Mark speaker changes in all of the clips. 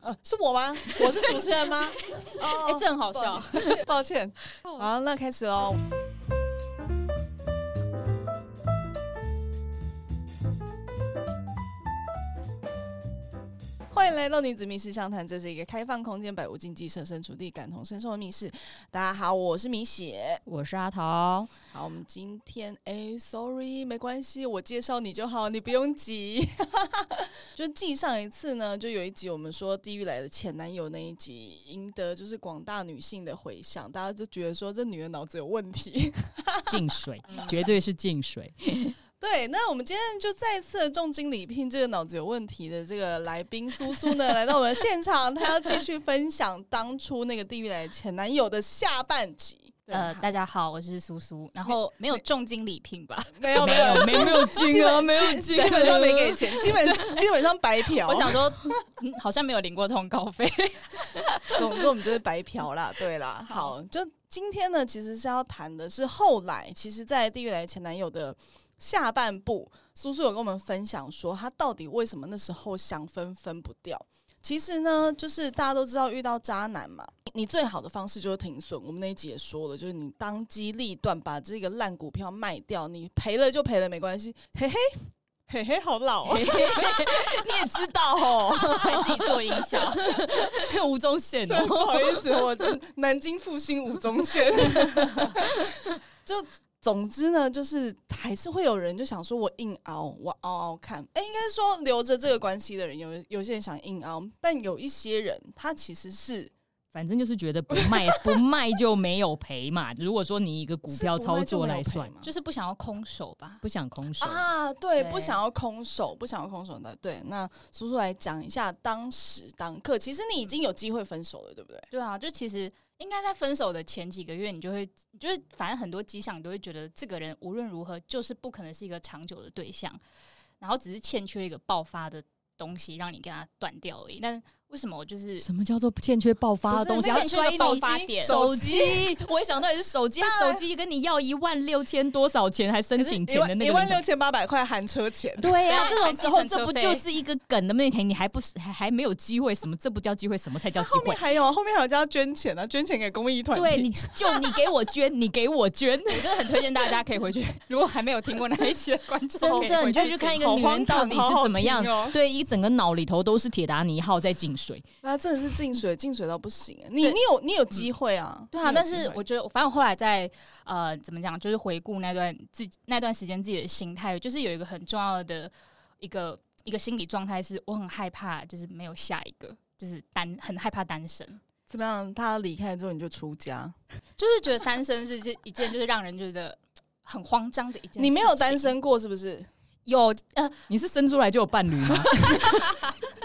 Speaker 1: 呃，是我 吗？我是主持人吗？哦
Speaker 2: 哎、这很好笑。
Speaker 1: 抱歉，
Speaker 2: 哦
Speaker 1: 好，那开始喽。欢迎来到女子密室相谈，这是一个开放空间，百无禁忌，设身处地，感同身受的密室。大家好，我是米雪。
Speaker 2: 我是阿桃，
Speaker 1: 好，我们今天哎，sorry，没关系，我介绍你就好，你不用急。 就记上一次呢，就有一集我们说地狱来的前男友那一集，赢得就是广大女性的回响，大家都觉得说这女人脑子有问题。
Speaker 3: 进水，
Speaker 1: 嗯
Speaker 3: 绝对是进水。
Speaker 1: 对，那我们今天就再次地重金礼聘这个脑子有问题的这个来宾苏苏呢，来到我们现场，她要继续分享当初那个地狱来的前男友的下半集。对
Speaker 2: 呃，
Speaker 1: 好
Speaker 2: 大家好，我是苏苏，然后没有重金礼聘吧？
Speaker 1: 没有
Speaker 3: 没
Speaker 1: 没有。
Speaker 3: 有，没有进啊，没有 进，
Speaker 1: 基本上没给。钱，基 本基本上白嫖。
Speaker 2: 我想说，嗯好像没有领过通告 费。
Speaker 1: 总之我们就是白嫖啦，对啦。
Speaker 2: 好
Speaker 1: 好，就今天呢，其实是要谈的是后来，其实，在《地狱来的前男友》的下半部，苏苏有跟我们分享说，他到底为什么那时候想分分不掉。其实呢，就是大家都知道遇到渣男嘛，你最好的方式就是停损。我们那一集也说了，就是你当机立断把这个烂股票卖掉，你赔了就赔了，没关系。嘿嘿，嘿嘿，好老啊！
Speaker 3: 你也知道哦，
Speaker 2: 还自己做音效，
Speaker 3: 吴宗宪
Speaker 1: 对， 不好意思，我南京复兴吴宗宪。 就总之呢，就是还是会有人就想说，我硬熬，我熬熬看。哎、应该说留着这个关系的人，有有些人想硬熬，但有一些人他其实是
Speaker 3: 反正就是觉得不卖，不卖就没有赔嘛。如果说你以一个股票操作来算，
Speaker 1: 嘛，
Speaker 2: 就是不想要空手吧？
Speaker 3: 不想空手，
Speaker 1: 啊，对，
Speaker 2: 对
Speaker 1: 不想要空手，不想要空手的。对，那叔叔来讲一下当时当刻，其实你已经有机会分手了，对不对？
Speaker 2: 对啊，就其实应该在分手的前几个月，你就会，你就是反正很多迹象，你都会觉得这个人无论如何就是不可能是一个长久的对象，然后只是欠缺一个爆发的东西让你跟他断掉而已。但为什么我就是
Speaker 3: 什么叫做欠缺爆发的东
Speaker 1: 不
Speaker 3: 西？
Speaker 1: 是
Speaker 3: 要
Speaker 1: 那个
Speaker 3: 摔
Speaker 2: 欠缺
Speaker 3: 爆
Speaker 2: 爆
Speaker 3: 发
Speaker 2: 发
Speaker 1: 机
Speaker 2: 点
Speaker 3: 手机，我也想到也是手机，啊
Speaker 1: 当然
Speaker 3: 手机跟你要一万六千多少钱，还申请
Speaker 1: 一
Speaker 3: 钱的
Speaker 1: 万
Speaker 3: 那
Speaker 1: 一
Speaker 3: 个
Speaker 1: 万
Speaker 3: 人
Speaker 1: 六。千八百块含车钱，
Speaker 3: 对啊呀、
Speaker 2: 对
Speaker 3: 这种时候
Speaker 2: 还计程车
Speaker 3: 这不
Speaker 2: 费
Speaker 3: 就是一个梗的问题？你还不是还还没有机会？什么这不叫机会？什么才叫机
Speaker 1: 后
Speaker 3: 会
Speaker 1: 面？还有啊后面还有叫他捐钱啊，捐钱给公益团体。
Speaker 3: 对你就你给我捐，你给我捐，
Speaker 2: 我真的很推荐大家可以回去，如果还没有听过那一期的观众，
Speaker 3: 真
Speaker 2: 可以
Speaker 3: 的，
Speaker 2: 回
Speaker 3: 你就去
Speaker 2: 听
Speaker 3: 看一个
Speaker 1: 好
Speaker 3: 女
Speaker 1: 荒
Speaker 3: 人到
Speaker 1: 唐
Speaker 3: 底
Speaker 1: 好
Speaker 3: 是
Speaker 1: 好
Speaker 3: 怎么
Speaker 1: 听
Speaker 3: 样，
Speaker 1: 哦
Speaker 3: 对，一整个脑里头都是铁达尼号在进水，
Speaker 1: 那真的是进水，进水到不行欸。你
Speaker 2: 对
Speaker 1: 你有你有机会啊，
Speaker 2: 对
Speaker 1: 你
Speaker 2: 啊，
Speaker 1: 有
Speaker 2: 但
Speaker 1: 机
Speaker 2: 是
Speaker 1: 会
Speaker 2: 我觉得，反正我后来在呃，怎么讲，就是回顾那段自己那段时间自己的心态，就是有一个很重要的一个一个心理状态，是我很害怕，就是没有下一个，就是单很害怕单身，
Speaker 1: 怎么样？他离开之后你就出家，
Speaker 2: 就是觉得单身是一件就是让人觉得很慌张的一件事情。
Speaker 1: 你没有单身过是不是？
Speaker 2: 有呃，
Speaker 3: 你是生出来就有伴侣吗？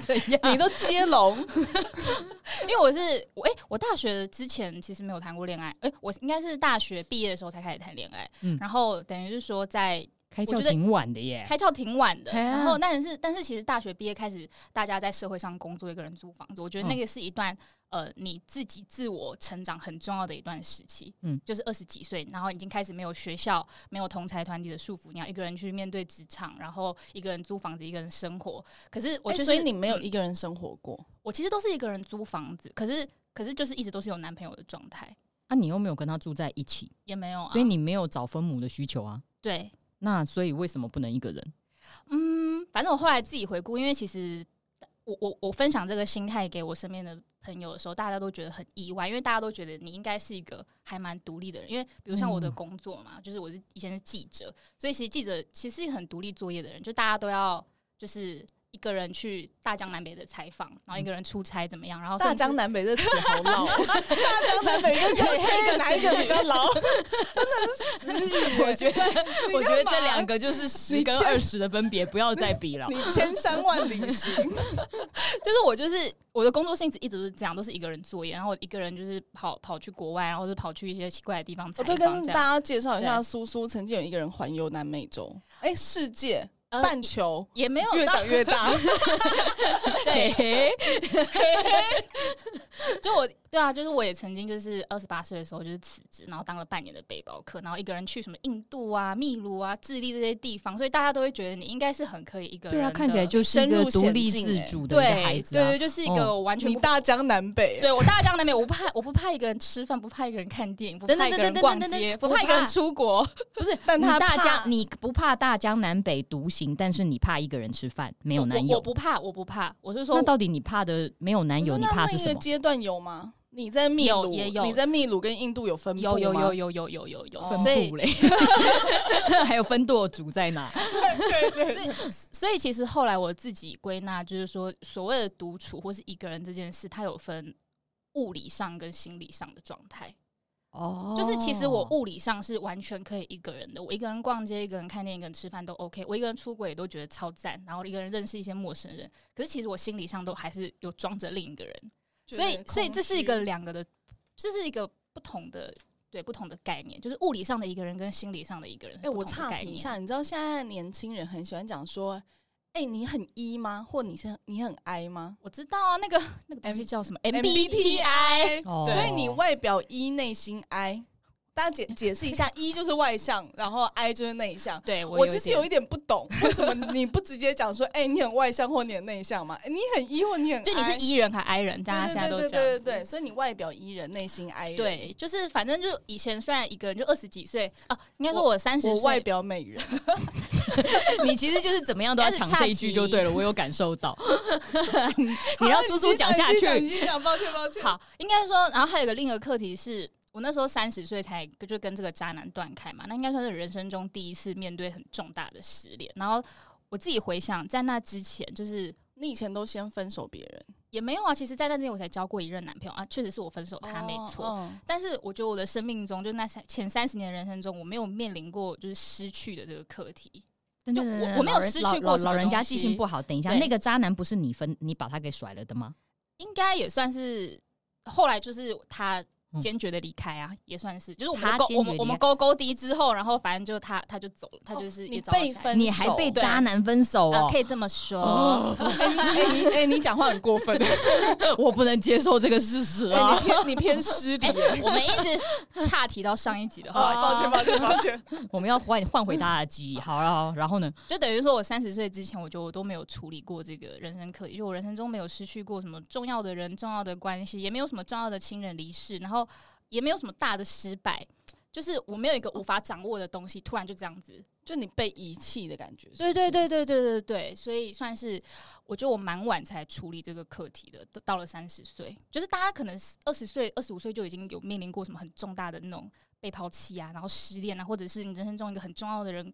Speaker 3: 怎
Speaker 1: 你
Speaker 3: 样？
Speaker 1: 都接龙，
Speaker 2: 因为我是我哎、我大学之前其实没有谈过恋爱，哎、我应该是大学毕业的时候才开始谈恋爱，
Speaker 3: 嗯
Speaker 2: 然后等于是说在
Speaker 3: 开
Speaker 2: 我
Speaker 3: 窍
Speaker 2: 觉得
Speaker 3: 挺晚的耶，
Speaker 2: 开窍挺晚的，
Speaker 3: 嘿啊
Speaker 2: 然后但是但是其实大学毕业开始，大家在社会上工作，一个人租房子，我觉得那个是一段、呃你自己自我成长很重要的一段时期，
Speaker 3: 嗯
Speaker 2: 嗯，就是二十几岁，然后已经开始没有学校、没有同财团体的束缚，你要一个人去面对职场，然后一个人租房子，一个人生活。可是我
Speaker 1: 哎
Speaker 2: 就是、
Speaker 1: 所以你没有
Speaker 2: 嗯
Speaker 1: 一个人生活过。
Speaker 2: 我其实都是一个人租房子，可是可是就是一直都是有男朋友的状态，
Speaker 3: 啊，你又没有跟他住在一起，
Speaker 2: 也没有啊，
Speaker 3: 所以你没有找分母的需求啊。
Speaker 2: 对
Speaker 3: 那所以为什么不能一个人？
Speaker 2: 嗯，反正我后来自己回顾，因为其实我我我分享这个心态给我身边的朋友的时候，大家都觉得很意外，因为大家都觉得你应该是一个还蛮独立的人。因为比如像我的
Speaker 3: 嗯
Speaker 2: 工作嘛，就是我是以前是记者，所以其实记者其实是一个很独立作业的人，就大家都要就是一个人去大江南北的采访，然后一个人出差怎么样，然后
Speaker 1: 大
Speaker 2: 甚至
Speaker 1: 江南北这词好老，大江南北 跟
Speaker 2: 对
Speaker 1: 这哪一个比较老？真的是死语耶，
Speaker 3: 我觉 得，
Speaker 1: 你
Speaker 3: 我觉得
Speaker 1: 干
Speaker 3: 这
Speaker 1: 嘛
Speaker 3: 两个就是
Speaker 1: 你
Speaker 3: 十跟
Speaker 1: 欠
Speaker 3: 二十的分别，不要再比了。
Speaker 1: 你千山万里行，
Speaker 2: 就是我就是我的工作性质一直都是这样，都是一个人作业，然后我一个人就是跑跑去国外，然后就跑去一些奇怪的地方采
Speaker 1: 我
Speaker 2: 访
Speaker 1: 哦对
Speaker 2: 这样。
Speaker 1: 跟大家介绍一下，
Speaker 2: 对
Speaker 1: 苏苏曾经有一个人环游南美洲，哎，世界
Speaker 2: 呃
Speaker 1: 半球。
Speaker 2: 也没有
Speaker 1: 越
Speaker 2: 到
Speaker 1: 长 越大，
Speaker 2: 对，就我对对啊，就是我也曾经就是二十八岁的时候就是辞职，然后当了半年的背包客，然后一个人去什么印度啊、秘鲁啊、智利这些地方，所以大家都会觉得你应该是很可以一个人
Speaker 3: 对
Speaker 2: 的。
Speaker 3: 啊，看起来就是一
Speaker 1: 深
Speaker 3: 个
Speaker 1: 入
Speaker 3: 独
Speaker 1: 险
Speaker 3: 立
Speaker 1: 境
Speaker 3: 自
Speaker 1: 欸
Speaker 3: 主的一个孩
Speaker 2: 对
Speaker 3: 子、啊，
Speaker 2: 对对，就是一个完全
Speaker 1: 你
Speaker 2: 不
Speaker 1: 大江南北，
Speaker 2: 对我大江南北，我不怕，我不怕一个人吃饭，不怕一个人看电影，不
Speaker 3: 等
Speaker 2: 怕
Speaker 3: 等
Speaker 2: 一个
Speaker 3: 等
Speaker 2: 人
Speaker 3: 等
Speaker 2: 逛
Speaker 3: 等等
Speaker 2: 街，
Speaker 3: 等
Speaker 2: 不怕一个
Speaker 3: 我
Speaker 2: 人
Speaker 3: 怕
Speaker 2: 出国。
Speaker 3: 不是，
Speaker 1: 但
Speaker 3: 你
Speaker 1: 他
Speaker 3: 大
Speaker 1: 怕
Speaker 3: 江你不怕大江南北独行，但是你怕一个人吃饭 没有男
Speaker 2: 我
Speaker 3: 友
Speaker 2: 我。不怕，我不怕，我是说
Speaker 3: 那，到底你怕的没有男
Speaker 1: 不
Speaker 3: 友，
Speaker 1: 是
Speaker 3: 你
Speaker 1: 那
Speaker 3: 怕是
Speaker 1: 那
Speaker 3: 什
Speaker 1: 个
Speaker 3: 么？
Speaker 1: 阶段有吗？你在秘
Speaker 2: 有
Speaker 1: 鲁
Speaker 2: 也有
Speaker 1: 你在秘鲁跟印度有分布
Speaker 2: 有有
Speaker 1: 吗
Speaker 2: 有有有有有有，
Speaker 1: 哦
Speaker 2: 所以
Speaker 3: 嘞， 还有分舵主在哪？
Speaker 1: 对对
Speaker 2: 所以，所以其实后来我自己归纳，就是说，所谓的独处或是一个人这件事，它有分物理上跟心理上的状态。
Speaker 3: 哦
Speaker 2: 就是其实我物理上是完全可以一个人的，我一个人逛街、一个人看电影、一个人吃饭都 OK，我一个人出轨也都觉得超赞，然后一个人认识一些陌生人。可是其实我心理上都还是有装着另一个人，所以，所以这是一个两个的，这是一个不同的。对不同的概念，就是物理上的一个人跟心理上的一个人
Speaker 1: 哎、
Speaker 2: 是不
Speaker 1: 我
Speaker 2: 同的
Speaker 1: 岔
Speaker 2: 概
Speaker 1: 题一
Speaker 2: 念。
Speaker 1: 下，你知道现在年轻人很喜欢讲说，哎、你很 E 吗？或你是你很 I 吗
Speaker 2: 我知道啊，那个那个东西叫什么
Speaker 1: MBTI
Speaker 3: 哦
Speaker 1: 所以你外表 E，内心 I。大家解解释一下，E 就是外向，然后 I 就是内向。
Speaker 2: 对
Speaker 1: 我其实有
Speaker 2: 一
Speaker 1: 一点不懂，为什么你不直接讲说， 哎、你很外向或你很内向嘛？哎你很 E 或你很 I，
Speaker 2: 点，就你是 E 人还 I 人，大家
Speaker 1: 对
Speaker 2: 现在都
Speaker 1: 对对
Speaker 2: 这样
Speaker 1: 对对
Speaker 2: 子。
Speaker 1: 对，所以你外表 E 人，内心 I 人。
Speaker 2: 对就是反正就以前虽然一个人就二十几岁啊，应该说我三十
Speaker 1: 我外
Speaker 2: 岁，
Speaker 1: 表美 人，
Speaker 3: 你其实就是怎么样都要抢这一句就对了，我有感受 到。你让叔叔讲下
Speaker 1: 你继续讲
Speaker 3: 去
Speaker 1: 你。继续讲，抱歉抱歉。
Speaker 2: 好，哦应该说，然后还有一个另一个课题是。我那时候三十岁才就跟这个渣男断开嘛，那应该算是人生中第一次面对很重大的失恋。然后我自己回想，在那之前就是
Speaker 1: 你以前都先分手别人，
Speaker 2: 也没有啊，其实，在那之前我才交过一任男朋友啊，确实是我分手他没错，
Speaker 1: 哦嗯
Speaker 2: 但是我觉得我的生命中，就那三前三十年的人生中，我没有面临过就是失去的这个课题。就我我没有失去过
Speaker 3: 老
Speaker 2: 什么
Speaker 3: 老人家
Speaker 2: 东西
Speaker 3: 记性不好。等一下，
Speaker 2: 对
Speaker 3: 那个渣男不是你分你把他给甩了的吗？
Speaker 2: 应该也算是后来就是他坚决的离开啊，也算是就是我们
Speaker 3: 他
Speaker 2: 勾
Speaker 3: 坚决
Speaker 2: 我们
Speaker 3: 离开
Speaker 2: 我们勾勾低之后，然后反正就他他就走了，他就是
Speaker 1: 哦你
Speaker 2: 也找我
Speaker 1: 被
Speaker 2: 下一个
Speaker 1: 分手，
Speaker 3: 你还被渣男分手
Speaker 2: 啊
Speaker 3: 哦，
Speaker 2: 可以这么说。 哦
Speaker 1: 哎你哎你哎你讲话很过分，哎
Speaker 3: 我不能接受这个事实啊！
Speaker 1: 你偏你偏失礼。哎
Speaker 2: 我们一直岔提到上一集的
Speaker 1: 好，
Speaker 2: 话，
Speaker 1: 哦抱歉抱歉抱歉。
Speaker 3: 我们要换换回大家的记忆。好 了，好然后呢？
Speaker 2: 就等于说我三十岁之前，我觉得我都没有处理过这个人生课题，就我人生中没有失去过什么重要的人、重要的关系，也没有什么重要的亲人离世，然后也没有什么大的失败，就是我没有一个无法掌握的东西，突然就这样子。
Speaker 1: 就你被遗弃的感觉，
Speaker 2: 对对对对对对对，所以算是我觉得我蛮晚才处理这个课题的，都到了三十岁，就是大家可能二十岁、二十五岁就已经有面临过什么很重大的那种被抛弃啊，然后失恋啊，或者是你人生中一个很重要的人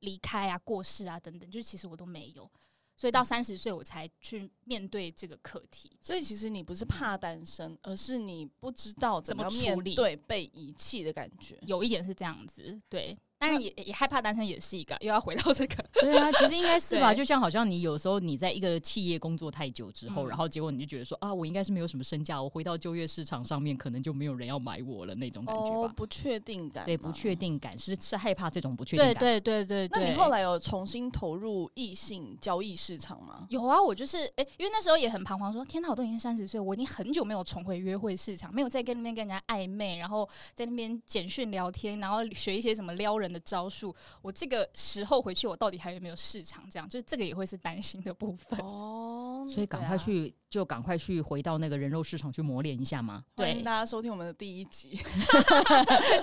Speaker 2: 离开啊、过世啊等等，就是其实我都没有，所以到三十岁我才去面对这个课题。
Speaker 1: 所以其实你不是怕单身，而是你不知道怎
Speaker 2: 怎么
Speaker 1: 面
Speaker 2: 处理
Speaker 1: 对被遗弃的感觉。
Speaker 2: 有一点是这样子，对，当然也也害怕单身也是一个，又要回到这个，
Speaker 3: 对啊，其实应该是 吧。
Speaker 2: 对
Speaker 3: 就像好像你有时候你在一个企业工作太久之后，
Speaker 2: 嗯
Speaker 3: 然后结果你就觉得说啊，我应该是没有什么身价，我回到就业市场上面可能就没有人要买我了那种感觉
Speaker 2: 哦
Speaker 3: 吧。
Speaker 1: 哦不确定感，
Speaker 3: 对，不确。定感是是害怕这种不确定
Speaker 2: 对
Speaker 3: 感。
Speaker 2: 对对对
Speaker 1: 那
Speaker 2: 对。
Speaker 1: 你后来有重新投入异性交易市场吗？
Speaker 2: 有啊，我就是哎、因为那时候也很彷徨说天哪，我都已经三十岁，我已经很久没有重回约会市场，没有在跟那边跟人家暧昧，然后在那边简讯聊天，然后学一些什么撩人的招数。我这个时候回去，我到底还有没有市场？这样，就是这个也会是担心的部分。
Speaker 1: 哦
Speaker 3: 所以赶快去，就赶快去回到那个人肉市场去磨练一下嘛。
Speaker 1: 欢迎
Speaker 2: 对
Speaker 1: 大家收听我们的第一集。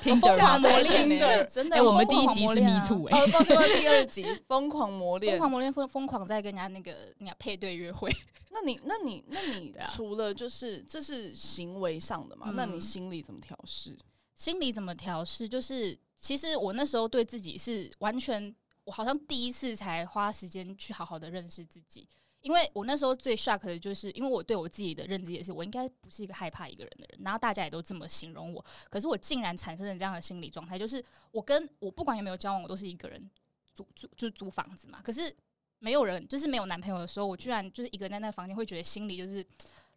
Speaker 3: 听
Speaker 2: 疯狂
Speaker 1: 下载
Speaker 2: 磨练呢、
Speaker 1: Tinder
Speaker 2: 真的，
Speaker 3: 哎，我们
Speaker 2: 疯
Speaker 3: 第一
Speaker 2: 狂
Speaker 3: 集
Speaker 2: 磨
Speaker 3: 是
Speaker 2: 练
Speaker 3: Me
Speaker 2: 啊
Speaker 3: Too 哎、
Speaker 1: 哦，抱歉，抱歉第二集《疯狂磨
Speaker 2: 疯
Speaker 1: 练
Speaker 2: 狂》。磨练，疯疯狂在跟人家那个那个配对约会。
Speaker 1: 那你，那你，那你
Speaker 2: 对啊
Speaker 1: 除了就是这是行为上的嘛？
Speaker 2: 嗯
Speaker 1: 那你心里怎么调试？
Speaker 2: 心理怎么调试？就是其实我那时候对自己是完全，我好像第一次才花时间去好好的认识自己。因为我那时候最 shock 的就是，因为我对我自己的认知也是，我应该不是一个害怕一个人的人，然后大家也都这么形容我，可是我竟然产生了这样的心理状态，就是我跟我不管有没有交往，我都是一个人租租就是租房子嘛，可是没有人，就是没有男朋友的时候，我居然就是一个人在那个房间，会觉得心里就是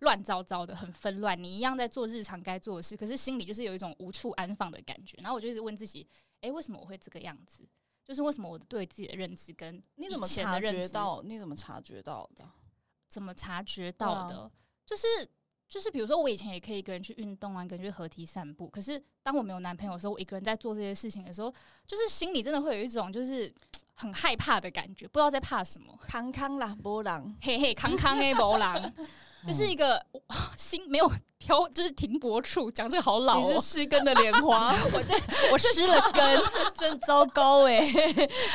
Speaker 2: 乱糟糟的，很纷乱。你一样在做日常该做的事，可是心里就是有一种无处安放的感觉。然后我就一直问自己，诶，为什么我会这个样子？就是为什么我对自己的认知跟
Speaker 1: 你怎么
Speaker 2: 以前
Speaker 1: 察
Speaker 2: 的认
Speaker 1: 觉
Speaker 2: 知
Speaker 1: 到？你怎么察觉到的？
Speaker 3: 嗯
Speaker 2: 怎么察觉到的？
Speaker 1: 对
Speaker 2: 就是就是比如说，我以前也可以一个人去运动啊，一个人去合体散步。可是当我没有男朋友的时候，我一个人在做这些事情的时候，就是心里真的会有一种就是很害怕的感觉，不知道在怕什 么。
Speaker 1: 康康啦，波浪，
Speaker 2: 嘿嘿，康康哎，波浪，
Speaker 3: 嗯
Speaker 2: 就是一个心没有飘，就是停泊处。讲这个好老、
Speaker 1: 你是
Speaker 2: 哦，
Speaker 1: 失根的莲花，
Speaker 2: 我对，
Speaker 3: 我 失了 根，真糟糕哎、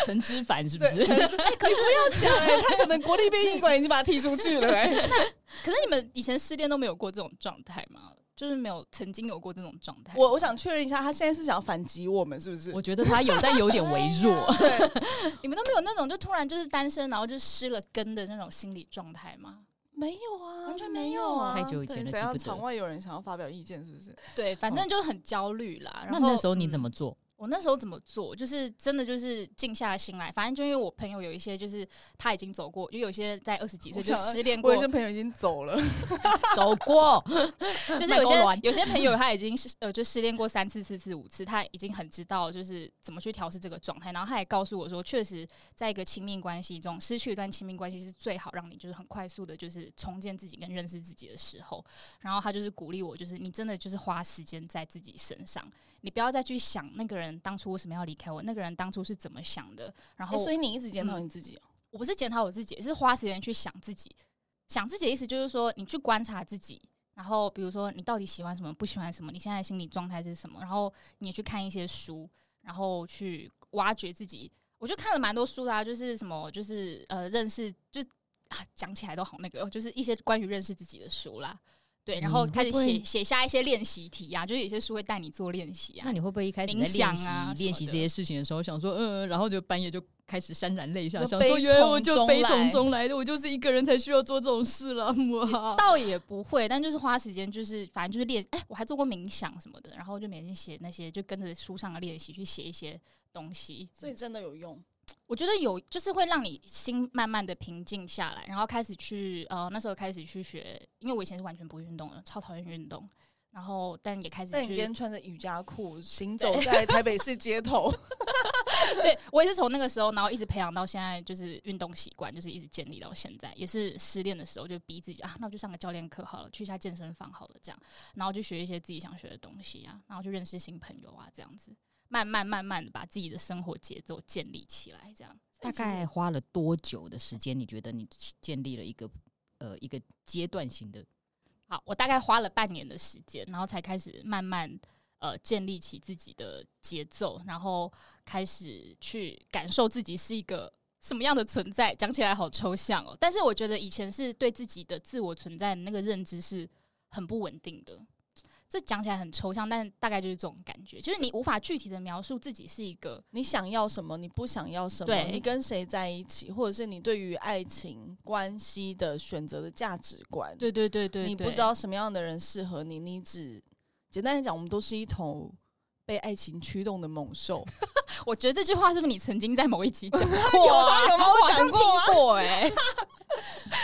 Speaker 3: 陈之凡是不
Speaker 1: 对，
Speaker 3: 是？
Speaker 1: 陈志
Speaker 2: 哎，可是
Speaker 1: 讲哎，他可能国立殡仪馆已经把他踢出去 了哎、
Speaker 2: 可是你们以前失恋都没有过这种状态吗？就是没有曾经有过这种状态吗。
Speaker 1: 我我想确认一下，他现在是想反击我们是不是
Speaker 3: 我？觉得他有，但有点微弱。
Speaker 1: 对，
Speaker 2: 你们都没有那种就突然就是单身，然后就失了根的那种心理状态吗？
Speaker 1: 没有啊，
Speaker 2: 完全
Speaker 1: 没
Speaker 2: 没有
Speaker 1: 啊，
Speaker 3: 太久以前了
Speaker 1: 对
Speaker 3: 记
Speaker 1: 怎样？
Speaker 3: 不得
Speaker 1: 场外有人想要发表意见是不是？
Speaker 2: 对，反正就很焦虑啦。然
Speaker 3: 那
Speaker 2: 后嗯
Speaker 3: 那时候你怎
Speaker 2: 么？
Speaker 3: 么做？
Speaker 2: 我那时候怎么做？就是真的就是静下心来，反正就因为我朋友有一些就是他已经走过，因为有些在二十几岁
Speaker 1: 我
Speaker 2: 就
Speaker 1: 想
Speaker 2: 失恋
Speaker 1: 我
Speaker 2: 过
Speaker 1: 有，些朋友已经走了，
Speaker 3: 走过，
Speaker 2: 就是有
Speaker 3: 麦高
Speaker 2: 些
Speaker 3: 峦
Speaker 2: 有些朋友他已经是呃就失恋过三次、四次、五次，他已经很知道就是怎么去调试这个状态。然后他也告诉我说，确实在一个亲密关系中，失去一段亲密关系是最好让你就是很快速的，就是重建自己跟认识自己的时候。然后他就是鼓励我，就是你真的就是花时间在自己身上，你不要再去想那个人当初为什么要离开我，那个人当初是怎么想的。然后
Speaker 1: 欸所以你一直检讨你自己哦、
Speaker 2: 我不是检讨我自己，是花时间去想自己。想自己的意思就是说，你去观察自己，然后比如说你到底喜欢什么，不喜欢什么，你现在的心理状态是什么，然后你也去看一些书，然后去挖掘自己。我就看了蛮多书啦、就是什么，就是呃，认识，就啊，讲起来都好那个哦，就是一些关于认识自己的书啦。对，然后
Speaker 3: 嗯
Speaker 2: 开始
Speaker 3: 会不
Speaker 2: 写
Speaker 3: 会
Speaker 2: 写下一些练习题呀、就是有些书会带你做练习啊
Speaker 3: 那。你会不会一开始在
Speaker 2: 冥想
Speaker 3: 练习
Speaker 2: 啊
Speaker 3: 练
Speaker 2: 什
Speaker 3: 习
Speaker 2: 么
Speaker 3: 这
Speaker 2: 的
Speaker 3: 些事情的时候，想说嗯，然后就半夜就开始潸然泪下，
Speaker 1: 就
Speaker 3: 想
Speaker 1: 悲
Speaker 3: 说原来我
Speaker 1: 从
Speaker 3: 就
Speaker 1: 中
Speaker 3: 悲
Speaker 1: 来
Speaker 3: 从中来的，我就是一个人才需要做这种事了，啊哇！
Speaker 2: 倒也不会，但就是花时间，就是反正就是练。哎、我还做过冥想什么的，然后就每天写那些，就跟着书上的练习去写一些东西。
Speaker 1: 所以真的有用。
Speaker 2: 我觉得有，就是会让你心慢慢的平静下来，然后开始去呃，那时候开始去学，因为我以前是完全不运动的，超讨厌运动。然后，但也开始
Speaker 1: 但你今
Speaker 2: 去
Speaker 1: 天，穿着瑜伽裤行走在台北市街头，
Speaker 2: 对我也是从那个时候，然后一直培养到现在，就是运动习惯，就是一直建立到现在。也是失恋的时候，就逼自己啊，那我就上个教练课好了，去一下健身房好了，这样，然后就学一些自己想学的东西啊，然后就认识新朋友啊，这样子，慢慢慢慢的把自己的生活节奏建立起来，这样。
Speaker 3: 大概花了多久的时间？你觉得你建立了一个呃一个阶段性的？
Speaker 2: 好，我大概花了半年的时间，然后才开始慢慢呃建立起自己的节奏，然后开始去感受自己是一个什么样的存在。讲起来好抽象哦，但是我觉得以前是对自己的自我存在的那个认知是很不稳定的。这讲起来很抽象，但大概就是这种感觉，就是你无法具体的描述自己是一个
Speaker 1: 你想要什么，你不想要什么，
Speaker 2: 对
Speaker 1: 你跟谁在一起，或者是你对于爱情关系的选择的价值观，
Speaker 2: 对对对对
Speaker 1: 你不知道什么样的人适合你，你只简单来讲，我们都是一头被爱情驱动的猛 兽。
Speaker 2: 我觉得这句话是不是你曾经在某一 集讲过、
Speaker 1: 有
Speaker 2: 啊？
Speaker 1: 吗？有吗？
Speaker 2: 我
Speaker 1: 我
Speaker 2: 好像
Speaker 1: 讲
Speaker 2: 听
Speaker 1: 过啊。
Speaker 2: 过哎、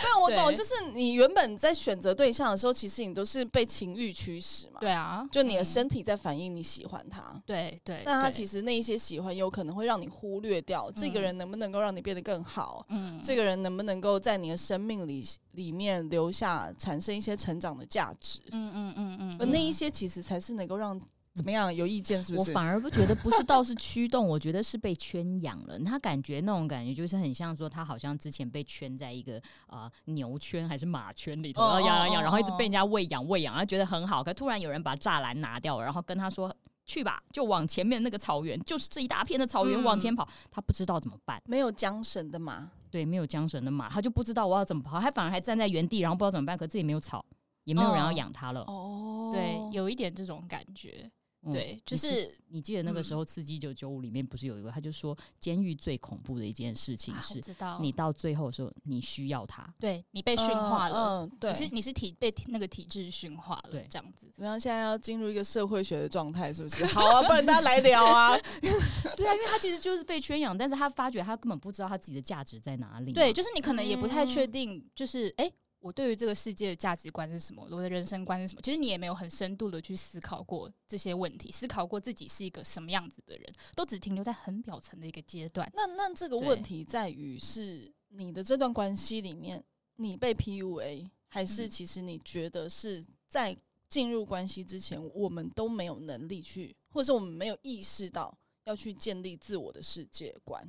Speaker 1: 但我懂，
Speaker 2: 对
Speaker 1: 就是你原本在选择对象的时候，其实你都是被情欲驱使嘛，
Speaker 2: 对啊，
Speaker 1: 就你的
Speaker 2: 嗯
Speaker 1: 身体在反映你喜欢他。
Speaker 2: 对对，
Speaker 1: 那他
Speaker 2: 对
Speaker 1: 其实那一些喜欢，有可能会让你忽略掉这个
Speaker 2: 嗯
Speaker 1: 人能不能够让你变得更好，
Speaker 2: 嗯
Speaker 1: 这个人能不能够在你的生命里里面留下产生一些成长的价值。
Speaker 2: 嗯嗯嗯嗯
Speaker 1: 而那一些其实才是能够让怎么样有意见，是不
Speaker 3: 我
Speaker 1: 是？
Speaker 3: 反而不觉得不是倒是驱动，我觉得是被圈养了。他感觉那种感觉就是很像说他好像之前被圈在一个呃牛圈还是马圈里头，然后养养养，然后一直被人家喂养喂养，然后觉得很好，可突然有人把栅栏拿掉了，然后跟他说。去吧，就往前面那个草原，就是这一大片的草原
Speaker 2: 嗯
Speaker 3: 往前跑，他不知道怎么办。
Speaker 1: 没有缰绳的嘛，
Speaker 3: 对，没有缰绳的马，他就不知道我要怎么跑，他反而还站在原地，然后不知道怎么办，可自己没有草，也没有人要
Speaker 2: 哦
Speaker 3: 养他了。
Speaker 1: 哦
Speaker 2: 嗯对，有一点这种感觉，
Speaker 3: 嗯
Speaker 2: 对，就
Speaker 3: 你
Speaker 2: 是
Speaker 3: 你记得那个时
Speaker 2: 嗯
Speaker 3: 候《刺激九九五》里面不是有一个，他就说监狱最恐怖的一件事情
Speaker 2: 啊我
Speaker 3: 是，
Speaker 2: 知道
Speaker 3: 你到最后的时候你需要它。
Speaker 2: 对你被驯化了，
Speaker 1: 嗯，嗯对
Speaker 2: 你。是你是体被体那个体制驯化了
Speaker 3: 对，
Speaker 2: 这样子。
Speaker 1: 怎么样？现在要进入一个社会学的状态，是不 是？好啊，不然大家来聊啊。
Speaker 3: 对啊，因为他其实就是被圈养，但是他发觉他根本不知道他自己的价值在哪里嘛。
Speaker 2: 对，就是你可能也不太确
Speaker 1: 嗯
Speaker 2: 定，就是哎、诶我对于这个世界的价值观是什么，我的人生观是什么？其实你也没有很深度的去思考过这些问题，思考过自己是一个什么样子的人，都只停留在很表层的一个阶段。
Speaker 1: 那那这个
Speaker 2: 对
Speaker 1: 问题在于是你的这段关系里面，你被 PUA，还是
Speaker 2: 嗯
Speaker 1: 其实你觉得是在进入关系之前，我们都没有能力去，或者是我们没有意识到要去建立自我的世界观。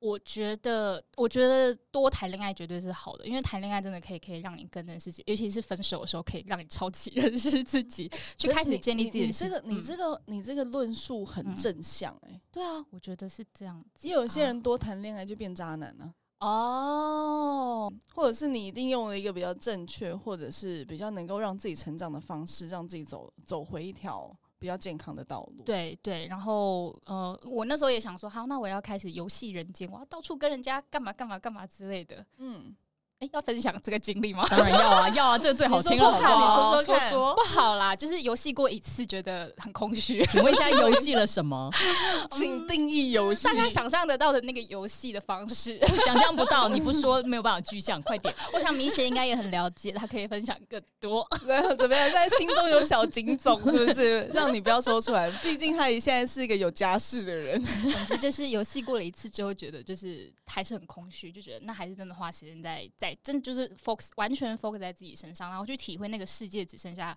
Speaker 2: 我觉得，我觉得多谈恋爱绝对是好的，因为谈恋爱真的可以可以让你更认识自己，尤其是分手的时候，可以让你超级 认识自己，去
Speaker 1: 可是
Speaker 2: 开始
Speaker 1: 你
Speaker 2: 建立
Speaker 1: 你
Speaker 2: 自己的
Speaker 1: 你
Speaker 2: 世
Speaker 1: 这
Speaker 2: 界。
Speaker 1: 个，你
Speaker 2: 嗯
Speaker 1: 这个，你这个论述很
Speaker 2: 嗯
Speaker 1: 正向哎、
Speaker 2: 对啊，我觉得是这样子啊。
Speaker 1: 也有些人多谈恋爱就变渣男呢、
Speaker 2: 哦，
Speaker 1: 或者是你一定用了一个比较正确，或者是比较能够让自己成长的方式，让自己走走回一条比较健康的道路。，
Speaker 2: 对对，然后呃，我那时候也想说，好，那我要开始游戏人间，我要到处跟人家干嘛干嘛干嘛之类的。
Speaker 1: 嗯，
Speaker 2: 哎，要分享这个经历吗？
Speaker 3: 当然要啊，要啊，这个最好
Speaker 1: 你
Speaker 3: 听
Speaker 1: 说
Speaker 3: 了，
Speaker 1: 说
Speaker 3: 好不
Speaker 1: 看你
Speaker 3: 好？
Speaker 1: 说说看
Speaker 2: 不好啦，就是游戏过一次，觉得很空虚。
Speaker 3: 请问一下，游戏了什么？
Speaker 1: 请定义游戏
Speaker 2: 大。家想象得到的那个游戏的方式，
Speaker 3: 想象不到，你不说没有办法具象，快点！
Speaker 2: 我想明显应该也很了解，他可以分享更 多。
Speaker 1: 然后 怎么样，在心中有小警总，是不 是？让你不要说出来，毕竟他也现在是一个有家室的人。
Speaker 2: 总之就是游戏过了一次之后，觉得就是还是很空虚，就觉得那还是真的花时间在在真就是 focus 完全 focus 在自己身上，然后去体会那个世界只剩下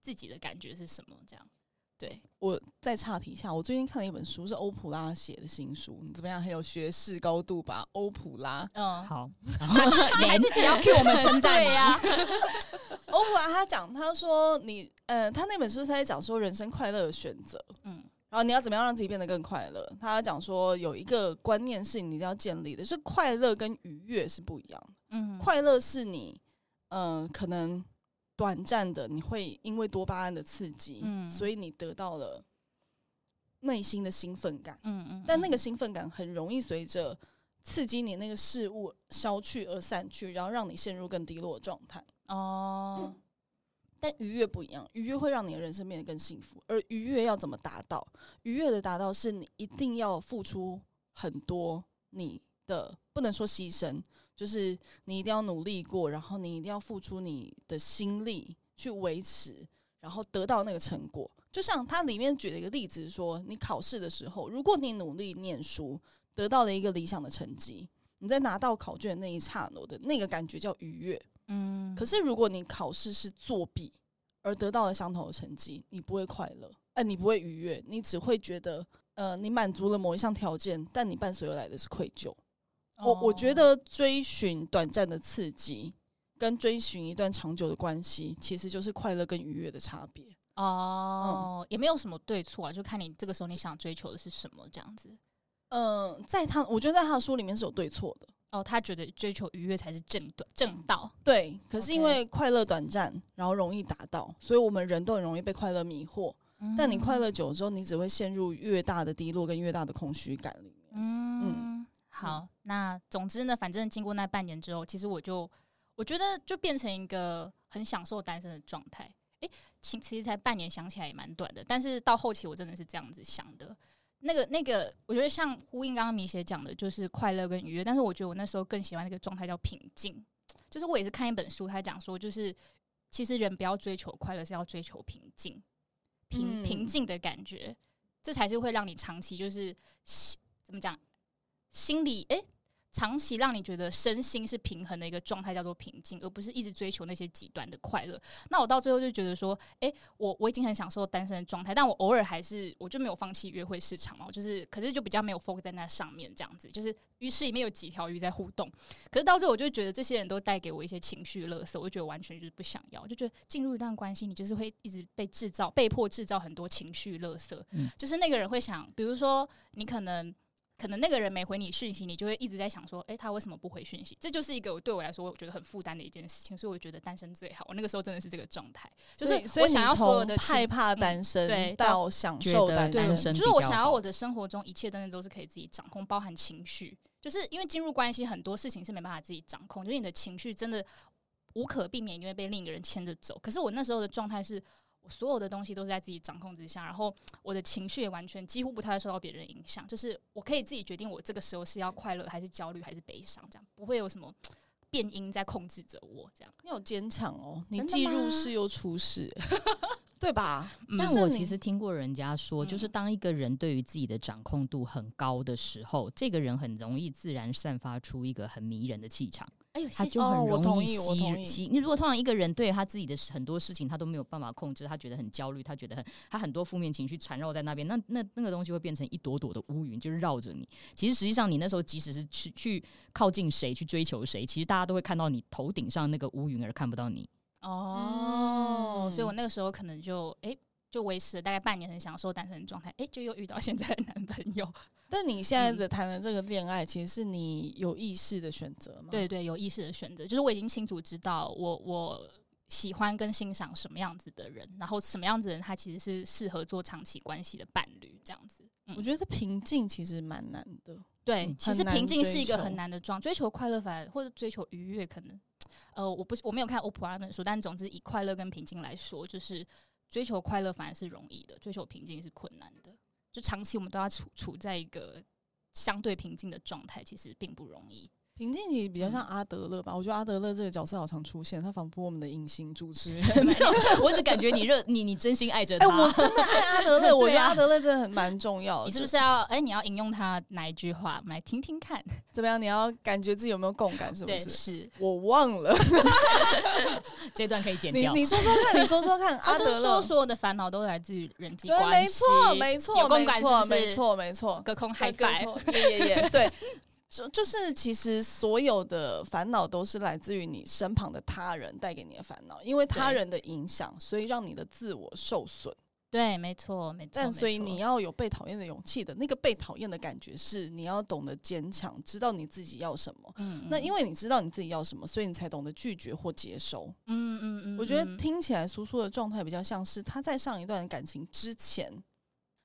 Speaker 2: 自己的感觉是什么这样。对，
Speaker 1: 我再岔题一下，我最近看了一本书，是欧普拉写的新书，你怎么样？很有学士高度吧？欧普拉，
Speaker 2: 嗯，
Speaker 3: 好，
Speaker 2: 你还自己要 cue 我们 称赞
Speaker 3: 对
Speaker 2: 呀、
Speaker 1: 欧普拉他讲，他说你，呃，他那本书是在讲说人生快乐的选择，
Speaker 2: 嗯
Speaker 1: 然后你要怎么样让自己变得更快乐？他讲说有一个观念是你一定要建立的，是快乐跟愉悦是不一样的。
Speaker 2: 嗯，
Speaker 1: 快乐是你，嗯、可能短暂的，你会因为多巴胺的刺激，
Speaker 2: 嗯
Speaker 1: 所以你得到了内心的兴奋感。
Speaker 2: 嗯嗯，
Speaker 1: 但那个兴奋感很容易随着刺激你那个事物消去而散去，然后让你陷入更低落的状态。
Speaker 2: 哦，
Speaker 1: 但愉悦不一样，愉悦会让你的人生变得更幸福。而愉悦要怎么达到？愉悦的达到是你一定要付出很多你的，不能说牺牲，就是你一定要努力过，然后你一定要付出你的心力去维持，然后得到那个成果。就像它里面举了一个例子说，你考试的时候，如果你努力念书，得到了一个理想的成绩，你在拿到考卷的那一刹那的那个感觉叫愉悦。
Speaker 2: 嗯，
Speaker 1: 可
Speaker 2: 是
Speaker 1: 是如果你考试是作弊而得到了相同的成绩，你不会快乐，哎、你不会愉悦，你只会觉得，呃，你满足了某一项条件，但你伴随而来的是愧疚。
Speaker 2: 哦
Speaker 1: 我我觉得追寻短暂的刺激，跟追寻一段长久的关系，其实就是快乐跟愉悦的差别。
Speaker 2: 哦，也没有什么对错啊，就看你这个时候你想追求的是什么这样子。
Speaker 1: 嗯、在他，我觉得在他的书里面是有对错的，
Speaker 2: 哦，他觉得追求愉悦才是正正道。
Speaker 1: 对。可是因
Speaker 2: OK
Speaker 1: 为快乐短暂，然后容易达到，所以我们人都很容易被快乐迷惑。
Speaker 2: 嗯
Speaker 1: 但你快乐久了之后，你只会陷入越大的低落跟越大的空虚感里面。
Speaker 2: 嗯，好，那总之呢，反正经过那半年之后，其实我就我觉得就变成一个很享受单身的状态。诶，其其实才半年，想起来也蛮短的，但是到后期我真的是这样子想的。那个那个，我觉得像呼应刚刚米姐讲的，就是快乐跟愉悦，但是我觉得我那时候更喜欢那个状态叫平静。就是我也是看一本书，他讲说，就是其实人不要追求快乐，是要追求平静，
Speaker 1: 嗯
Speaker 2: 平平静的感觉，这才是会让你长期就是心怎么讲，心理诶，长期让你觉得身心是平衡的一个状态，叫做平静，而不是一直追求那些极端的快乐。那我到最后就觉得说，诶，我我已经很享受单身的状态，但我偶尔还是我就没有放弃约会市场嘛，我就是可是就比较没有 focus 在那上面这样子，就是鱼市里面有几条鱼在互动，可是到最后我就觉得这些人都带给我一些情绪垃圾，我就觉得完全就是不想要，我就觉得进入一段关系，你就是会一直被制造、被迫制造很多情绪垃圾，
Speaker 3: 嗯
Speaker 2: 就是那个人会想，比如说你可能。可能那个人没回你讯息，你就会一直在想说，诶、他为什么不回讯息？这就是一个对我来说，我觉得很负担的一件事情，所以我觉得单身最好。我那个时候真的是这个状态，就
Speaker 1: 所
Speaker 2: 是
Speaker 1: 以所以
Speaker 2: 我想要
Speaker 1: 你从
Speaker 2: 所有的情
Speaker 1: 害怕
Speaker 2: 嗯
Speaker 1: 单身
Speaker 2: 对
Speaker 1: 到享
Speaker 3: 觉
Speaker 1: 受
Speaker 3: 得
Speaker 1: 单
Speaker 3: 单
Speaker 2: 对，
Speaker 1: 身，
Speaker 3: 身
Speaker 2: 就是
Speaker 3: 比
Speaker 2: 我
Speaker 3: 较
Speaker 2: 想要
Speaker 3: 好
Speaker 2: 我的生活中一切真的都是可以自己掌控，包含情绪，就是因为进入关系很多事情是没办法自己掌控，就是你的情绪真的无可避免，因为被另一个人牵着走。可是我那时候的状态是。我所有的东西都是在自己掌控之下，然后我的情绪也完全几乎不太会受到别人影响，就是我可以自己决定我这个时候是要快乐还是焦虑还是悲伤，这样不会有什么变音在控制着我这样。
Speaker 1: 你有坚强哦，你
Speaker 2: 真的
Speaker 1: 既入
Speaker 2: 吗
Speaker 1: 世又出世， 对吧？
Speaker 2: 嗯
Speaker 3: 但
Speaker 1: 就是
Speaker 3: 我
Speaker 1: 你
Speaker 3: 其实听过人家说，就是
Speaker 2: 嗯
Speaker 3: 当一个人对于自己的掌控度很高的时候，这个人很容易自然散发出一个很迷人的气场，
Speaker 2: 哎呦，
Speaker 3: 他
Speaker 2: 谢谢
Speaker 3: 就
Speaker 1: 哦
Speaker 3: 很
Speaker 1: 我
Speaker 3: 容
Speaker 1: 同
Speaker 3: 易
Speaker 1: 意我
Speaker 3: 吸
Speaker 1: 同
Speaker 3: 人
Speaker 1: 意
Speaker 3: 吸。你如果通常一个人对他自己的很多事情他都没有办法控制，他觉得很焦虑，他觉得很他很多负面情绪缠绕在那边，那那那个东西会变成一朵朵的乌云，就是绕着你。其实实际上你那时候即使是去去靠近谁，去追求谁，其实大家都会看到你头顶上那个乌云，而看不到你。
Speaker 2: 哦，所以
Speaker 3: 嗯
Speaker 2: 我那个时候可能就哎、就维持了大概半年很享受单身的状态，哎、就又遇到现在的男朋友。
Speaker 1: 但你现在
Speaker 2: 嗯
Speaker 1: 的谈的这个恋爱，其实是你有意识的选择吗？
Speaker 2: 对对，有意识的选择，就是我已经清楚知道我我喜欢跟欣赏什么样子的人，然后什么样子的人他其实是适合做长期关系的伴侣这样子。嗯
Speaker 1: 我觉得平静其实蛮难的。
Speaker 2: 对
Speaker 3: 嗯，
Speaker 2: 其
Speaker 1: 很
Speaker 2: 实
Speaker 1: 难
Speaker 2: 平静
Speaker 1: 追
Speaker 2: 是一个
Speaker 1: 求
Speaker 2: 很难的状，追求快乐反而或者追求愉悦，可能呃，我不是我没有看欧普拉那本书，但总之以快乐跟平静来说，就是追求快乐反而是容易的，追求平静是困难的。就长期我们都要处处在一个相对平静的状态，其实并不容易。
Speaker 1: 平静其实比较
Speaker 2: 嗯
Speaker 1: 像阿德勒吧，我觉得阿德勒这个角色好常出现，他仿佛我们的隐形主持 人。
Speaker 3: 没有，我只感觉你热，你你真心爱着
Speaker 1: 哎、
Speaker 3: 他。
Speaker 1: 我真的爱阿德
Speaker 3: 对 啊
Speaker 1: 勒，我觉得阿德勒真的很蛮重要的。
Speaker 2: 你是不
Speaker 1: 就是
Speaker 2: 要哎、你要引用他哪一句话？我们来听听看。
Speaker 1: 怎么样？你要感觉自己有没有共感？是不
Speaker 2: 对，
Speaker 1: 是？
Speaker 2: 是
Speaker 1: 我忘 了，
Speaker 3: 这段可以剪
Speaker 1: 你
Speaker 3: 掉。
Speaker 1: 你说说看，你说说看，
Speaker 2: 他
Speaker 1: 阿
Speaker 2: 就是
Speaker 1: 德
Speaker 2: 说
Speaker 1: 勒。
Speaker 2: 所有的烦恼都来自于人际
Speaker 1: 对，
Speaker 2: 关
Speaker 1: 没
Speaker 2: 系，
Speaker 1: 错，没错，
Speaker 2: 有共
Speaker 1: 没
Speaker 2: 感是
Speaker 1: 错，
Speaker 2: 不
Speaker 1: 没
Speaker 2: 是？
Speaker 1: 错，没错。
Speaker 2: 隔空嗨
Speaker 1: 对
Speaker 2: 翻，，
Speaker 1: 没错耶耶耶，对。就就是，其实所有的烦恼都是来自于你身旁的他人带给你的烦恼，因为他
Speaker 2: 对
Speaker 1: 人的影响，所以让你的自我受损。
Speaker 2: 对，没错，没错。
Speaker 1: 但
Speaker 2: 没
Speaker 1: 所以
Speaker 2: 错
Speaker 1: 你要有被讨厌的勇气的，那个被讨厌的感觉是你要懂得坚强，知道你自己要什么。
Speaker 2: 嗯，
Speaker 1: 那因
Speaker 2: 为
Speaker 1: 为你知道你自己要什么，所以你才懂得拒绝或接收。
Speaker 2: 嗯嗯嗯，
Speaker 1: 我觉得
Speaker 2: 嗯
Speaker 1: 听起来苏苏的状态比较像是她在上一段感情之前，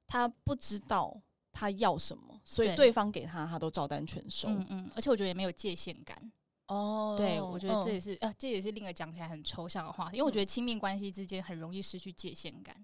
Speaker 1: 她不知道她要什么，所以
Speaker 2: 对
Speaker 1: 对方给她，她都照单全收。
Speaker 2: 嗯嗯，而且我觉得也没有界限感。
Speaker 1: 哦，
Speaker 2: 对，我觉得这
Speaker 1: 嗯
Speaker 2: 也是呃，这也是另一个讲起来很抽象的话题，因为我觉得亲密关系之间很容易失去界限感。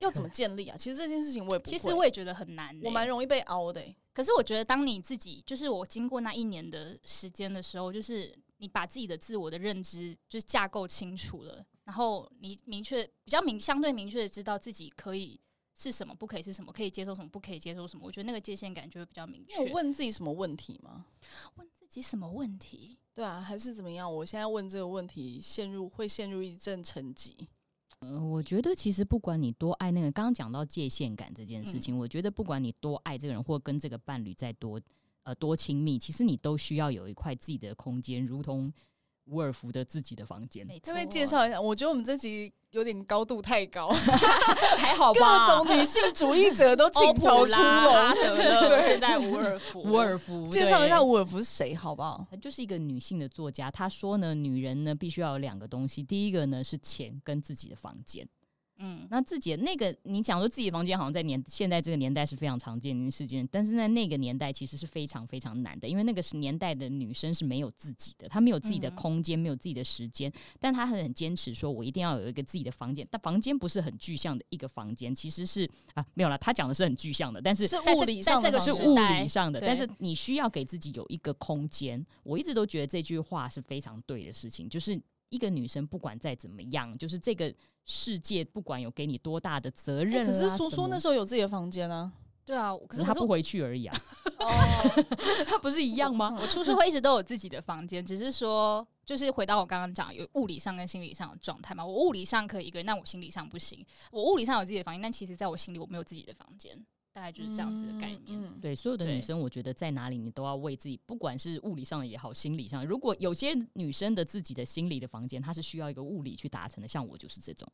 Speaker 1: 要 怎么建立啊？其实这件事情我也不
Speaker 2: 其
Speaker 1: 会，
Speaker 2: 实我也觉得很难、
Speaker 1: 我蛮
Speaker 2: 欸。
Speaker 1: 容易被熬的欸、
Speaker 2: 可是我觉得，当你自己就是我经过那一年的时间的时候，就是你把自己的自我的认知就是架构清楚了，然后你明确比较明相对明确的知道自己可以是什么，不可以是什么，可以接受什么，不可以接受什么。我觉得那个界限感就会比较明
Speaker 1: 你
Speaker 2: 确。
Speaker 1: 有问自己什么问题吗？
Speaker 2: 问自己什么问题？
Speaker 1: 对啊，还是怎么样？我现在问这个问题，陷入会陷入一阵沉寂。
Speaker 3: 呃我觉得其实不管你多爱那个，刚刚讲到界限感这件
Speaker 1: 嗯
Speaker 3: 事情，我觉得不管你多爱这个人，或跟这个伴侣再多呃多亲密，其实你都需要有一块自己的空间，如同伍尔夫的自己的房间。
Speaker 2: 没
Speaker 1: 可
Speaker 2: 错，哦
Speaker 1: 不可以介绍一下？我觉得我们这集有点高度太高，
Speaker 3: 还好
Speaker 1: 各
Speaker 3: 吧？
Speaker 1: 种女性主义者都
Speaker 2: 欧
Speaker 1: 倾
Speaker 2: 哦普
Speaker 1: 巢出
Speaker 2: 拉阿
Speaker 1: 笼。
Speaker 2: 德勒，现在伍 尔夫，
Speaker 3: 伍尔夫
Speaker 1: 介绍一下
Speaker 3: 对
Speaker 1: 伍尔夫是谁好不好？
Speaker 3: 她就是一个女性的作家，她说呢，女人呢必须要有两个东西，第一个呢是钱跟自己的房间。
Speaker 2: 嗯，
Speaker 3: 那自己的那个，你讲说自己的房间好像在年现在这个年代是非常常见的事件，但是在那个年代其实是非常非常难的，因为那个是年代的女生是没有自己的，她没有自己的
Speaker 2: 嗯
Speaker 3: 空间，没有自己的时间，但她很坚持说，我一定要有一个自己的房间。但房间不是很具象的一个房间，其实是啊没有啦，她讲的是很具象的，但是
Speaker 1: 是
Speaker 2: 在
Speaker 1: 物
Speaker 2: 这
Speaker 1: 理
Speaker 2: 在
Speaker 1: 上的
Speaker 2: 这个
Speaker 1: 吗
Speaker 3: 是
Speaker 2: 时
Speaker 3: 物
Speaker 2: 代
Speaker 3: 理上的，
Speaker 2: 对
Speaker 3: 但是你需要给自己有一个空间。我一直都觉得这句话是非常对的事情，就是一个女生不管再怎么样，就是这个世界不管有给你多大的责
Speaker 1: 哎
Speaker 3: 任、
Speaker 1: 可
Speaker 3: 啊
Speaker 1: 是苏
Speaker 3: 什么
Speaker 1: 苏那时候有自己的房间啊。
Speaker 2: 对啊，可
Speaker 3: 只
Speaker 2: 是
Speaker 3: 是她
Speaker 2: 我
Speaker 3: 不
Speaker 2: 说
Speaker 3: 回去而已啊，她不是一样吗？
Speaker 2: 我出社会一直都有自己的房间，只是说就是回到我刚刚讲有物理上跟心理上的状态嘛，我物理上可以一个人，但我心理上不行，我物理上有自己的房间，但其实在我心里我没有自己的房间，大概就是这样子的概念。
Speaker 1: 嗯嗯
Speaker 3: 对，所有的女
Speaker 2: 对
Speaker 3: 生，我觉得在哪里你都要为自己，不管是物理上也好，心理上，如果有些女生的自己的心理的房间，她是需要一个物理去达成的，像我就是这种。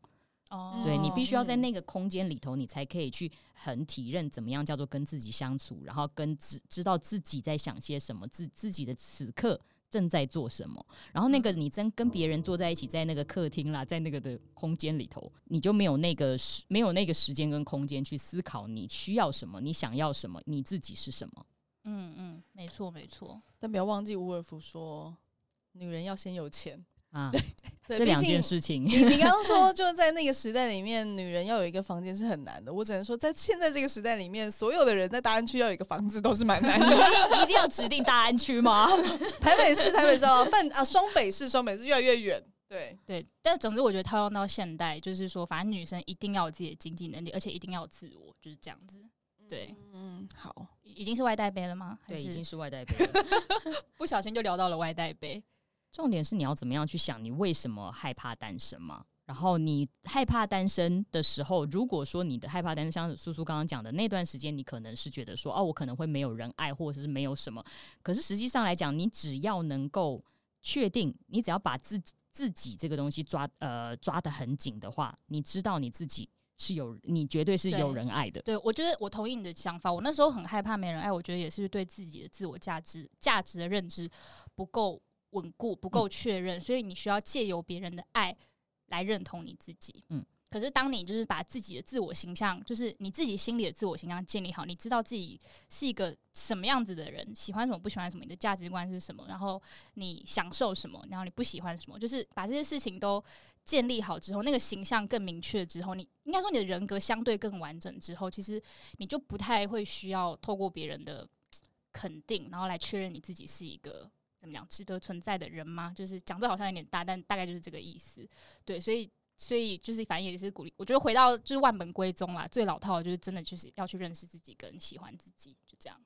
Speaker 2: 哦
Speaker 3: 对你必须要在
Speaker 1: 嗯
Speaker 3: 那个空间里头，你才可以去很体认怎么样叫做跟自己相处，然后跟知知道自己在想些什么，自自己的此刻正在做什么。然后那
Speaker 1: 嗯
Speaker 3: 个你真跟别人坐在一起，在那个客厅啦，在那个的空间里头，你就没有那个时没有那个时间跟空间去思考你需要什么，你想要什么，你自己是什么。
Speaker 2: 嗯嗯，没错没错，
Speaker 1: 但不要忘记伍尔夫说，女人要先有钱。
Speaker 3: 啊，
Speaker 1: 对
Speaker 3: 这两
Speaker 1: 毕竟
Speaker 3: 件 事情，
Speaker 1: 你你刚刚说，就在那个时代里面，女人要有一个房间是很难的。我只能说，在现在这个时代里面，所有的人在大安区要有一个房子都是蛮难 的。
Speaker 3: 一定要指定大安区吗？
Speaker 1: 哦台北市，台北市啊，半啊，双北市，双北市越来越远。对，
Speaker 2: 对，但总之我觉得套用到现代，就是说，反正女生一定要有自己的经济能力，而且一定要有自我，就是这样子。对，
Speaker 1: 嗯，好，
Speaker 2: 已已经是外带杯了吗？还
Speaker 3: 对，已
Speaker 2: 是
Speaker 3: 经是外带杯了。
Speaker 2: 不小心就聊到了外带杯？
Speaker 3: 重点是你要怎么样去想你为什么害怕单身嘛？然后你害怕单身的时候，如果说你的害怕单身，像苏苏刚刚讲的那段时间，你可能是觉得说，哦，我可能会没有人爱，或者是没有什么。可是实际上来讲，你只要能够确定，你只要把自己自己这个东西抓呃抓得很紧的话，你知道你自己是有，你绝对是
Speaker 2: 对
Speaker 3: 有人爱的。
Speaker 2: 对，我觉得我同意你的想法。我那时候很害怕没人爱，我觉得也是对自己的自我价值、价值的认知不够稳固、不
Speaker 3: 嗯
Speaker 2: 够确认，所以你需要借由别人的爱来认同你自己。嗯
Speaker 3: 嗯，
Speaker 2: 可是当你就是把自己的自我形象，就是你自己心里的自我形象建立好，你知道自己是一个什么样子的人，喜欢什么，不喜欢什么，你的价值观是什么，然后你享受什么，然后你不喜欢什么，就是把这些事情都建立好之后，那个形象更明确之后，你应该说你的人格相对更完整之后，其实你就不太会需要透过别人的肯定，然后来确认你自己是一个怎么讲值得存在的人吗？就是讲这好像有点大，但大概就是这个意思。对，所以所以就是反正也是鼓励，我觉得回到就是万本归宗啦，最老套的就是真的就是要去认识自己跟喜欢自己，就这样。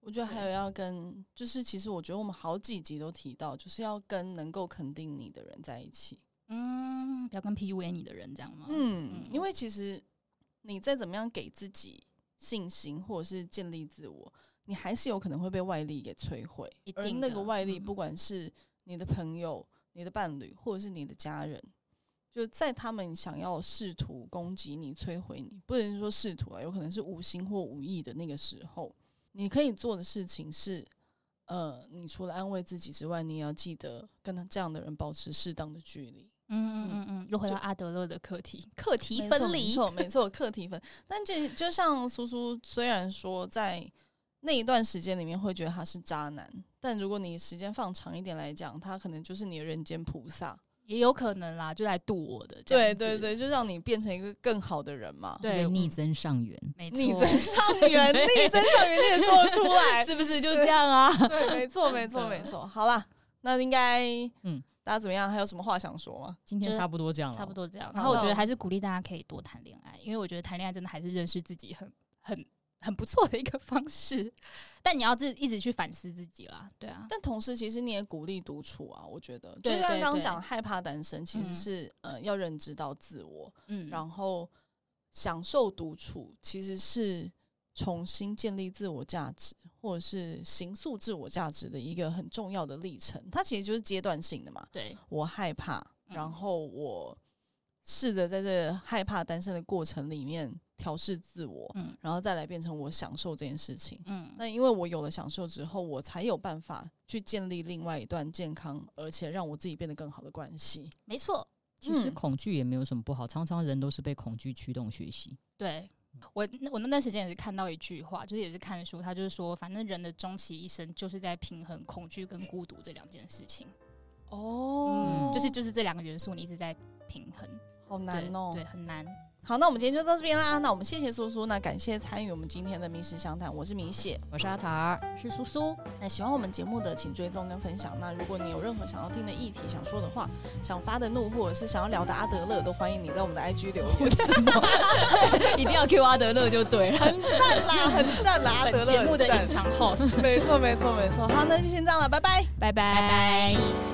Speaker 1: 我觉得还
Speaker 2: 对
Speaker 1: 有要跟，就是其实我觉得我们好几集都提到，就是要跟能够肯定你的人在一起。
Speaker 2: 嗯，不要跟 PUA 你的人这样吗？
Speaker 1: 嗯
Speaker 2: 嗯，
Speaker 1: 因为其实你再怎么样给自己信心，或者是建立自我，你还是有可能会被外力给摧毁
Speaker 2: 一。
Speaker 1: 而
Speaker 2: 定
Speaker 1: 那
Speaker 2: 的
Speaker 1: 个外力，
Speaker 2: 嗯
Speaker 1: 不管是你的朋友、你的伴侣，或者是你的家人，就在他们想要试图攻击你、摧毁你，不能说试图啊，有可能是无心或无意的那个时候，你可以做的事情是。呃，你除了安慰自己之外，你也要记得跟他这样的人保持适当的距离。
Speaker 2: 嗯嗯嗯嗯，又回到阿德勒的课题，课题
Speaker 1: 没错
Speaker 2: 分
Speaker 1: 没
Speaker 2: 离。
Speaker 1: 错没错，课题分。但这就像苏苏，虽然说在那一段时间里面会觉得他是渣男，但如果你时间放长一点来讲，他可能就是你的人间菩萨。
Speaker 2: 也有可能啦，就来度我的。
Speaker 1: 对对，对，就让你变成一个更好的人嘛。
Speaker 2: 对
Speaker 3: 一个逆
Speaker 2: 我
Speaker 3: 增上缘，
Speaker 2: 没
Speaker 1: 逆
Speaker 2: 错，
Speaker 1: 增上 缘，逆增上缘，你也说得出来。
Speaker 3: 是不是就这 样啊？
Speaker 1: 对，没错没错没错。好啦，那应该嗯
Speaker 3: 嗯，
Speaker 1: 大家怎么样？还有什么话想说吗？
Speaker 3: 今天
Speaker 2: 就是
Speaker 3: 差不多这样了，
Speaker 2: 差不多这样。
Speaker 1: 好
Speaker 2: 然后我觉
Speaker 1: 那
Speaker 2: 得
Speaker 1: 我
Speaker 2: 还是鼓励大家可以多谈恋爱，因为我觉得谈恋爱真的还是认识自己很很很不错的一个方式。但你要自一直去反思自己啦，对啊，
Speaker 1: 但同时，其实你也鼓励独处啊，我觉得，就像
Speaker 2: 对
Speaker 1: 刚
Speaker 2: 对
Speaker 1: 刚
Speaker 2: 对
Speaker 1: 讲害怕单身，其实
Speaker 2: 嗯
Speaker 1: 是、呃要认知到自我，
Speaker 2: 嗯，
Speaker 1: 然后享受独处，其实是重新建立自我价值，或者是形塑自我价值的一个很重要的历程。它其实就是阶段性的嘛。
Speaker 2: 对，
Speaker 1: 我害怕，
Speaker 2: 嗯
Speaker 1: 然后我试着在这害怕单身的过程里面调试自我，
Speaker 2: 嗯
Speaker 1: 然后再来变成我享受这件事情。
Speaker 2: 嗯，
Speaker 1: 那因为我有了享受之后，我才有办法去建立另外一段健康，而且让我自己变得更好的关系。
Speaker 2: 没错，
Speaker 3: 其实
Speaker 1: 嗯
Speaker 3: 恐惧也没有什么不好，常常人都是被恐惧驱动学习。
Speaker 2: 对。
Speaker 1: 嗯
Speaker 2: 我我那段时间也是看到一句话，就是也是看书，他就是说，反正人的终其一生就是在平衡恐惧跟孤独这两件事情，
Speaker 1: 哦
Speaker 2: 嗯，就是就是这两个元素你一直在平衡，
Speaker 1: 好难
Speaker 2: 对
Speaker 1: 哦、
Speaker 2: 对，很难。
Speaker 1: 好，那我们今天就到这边啦。那我们谢谢苏苏，那感谢参与我们今天的密室相谈，我是米雪。
Speaker 3: 我是阿塔儿，
Speaker 2: 是苏 苏，
Speaker 1: 那喜欢我们节目的，请追踪跟分享。那如果你有任何想要听的议题、想说的话、想发的怒，或者是想要聊的阿德勒，都欢迎你在我们的 IG 留言。
Speaker 3: 一定要 Q 阿德勒就对了。
Speaker 1: 很赞啦，很赞啦，阿德
Speaker 2: 本
Speaker 1: 勒
Speaker 2: 节目的
Speaker 1: 很赞
Speaker 2: 隐藏 host，
Speaker 1: 没错，没错，没错。好，那就先这样了，拜拜。
Speaker 2: 拜
Speaker 3: 拜拜
Speaker 2: 拜。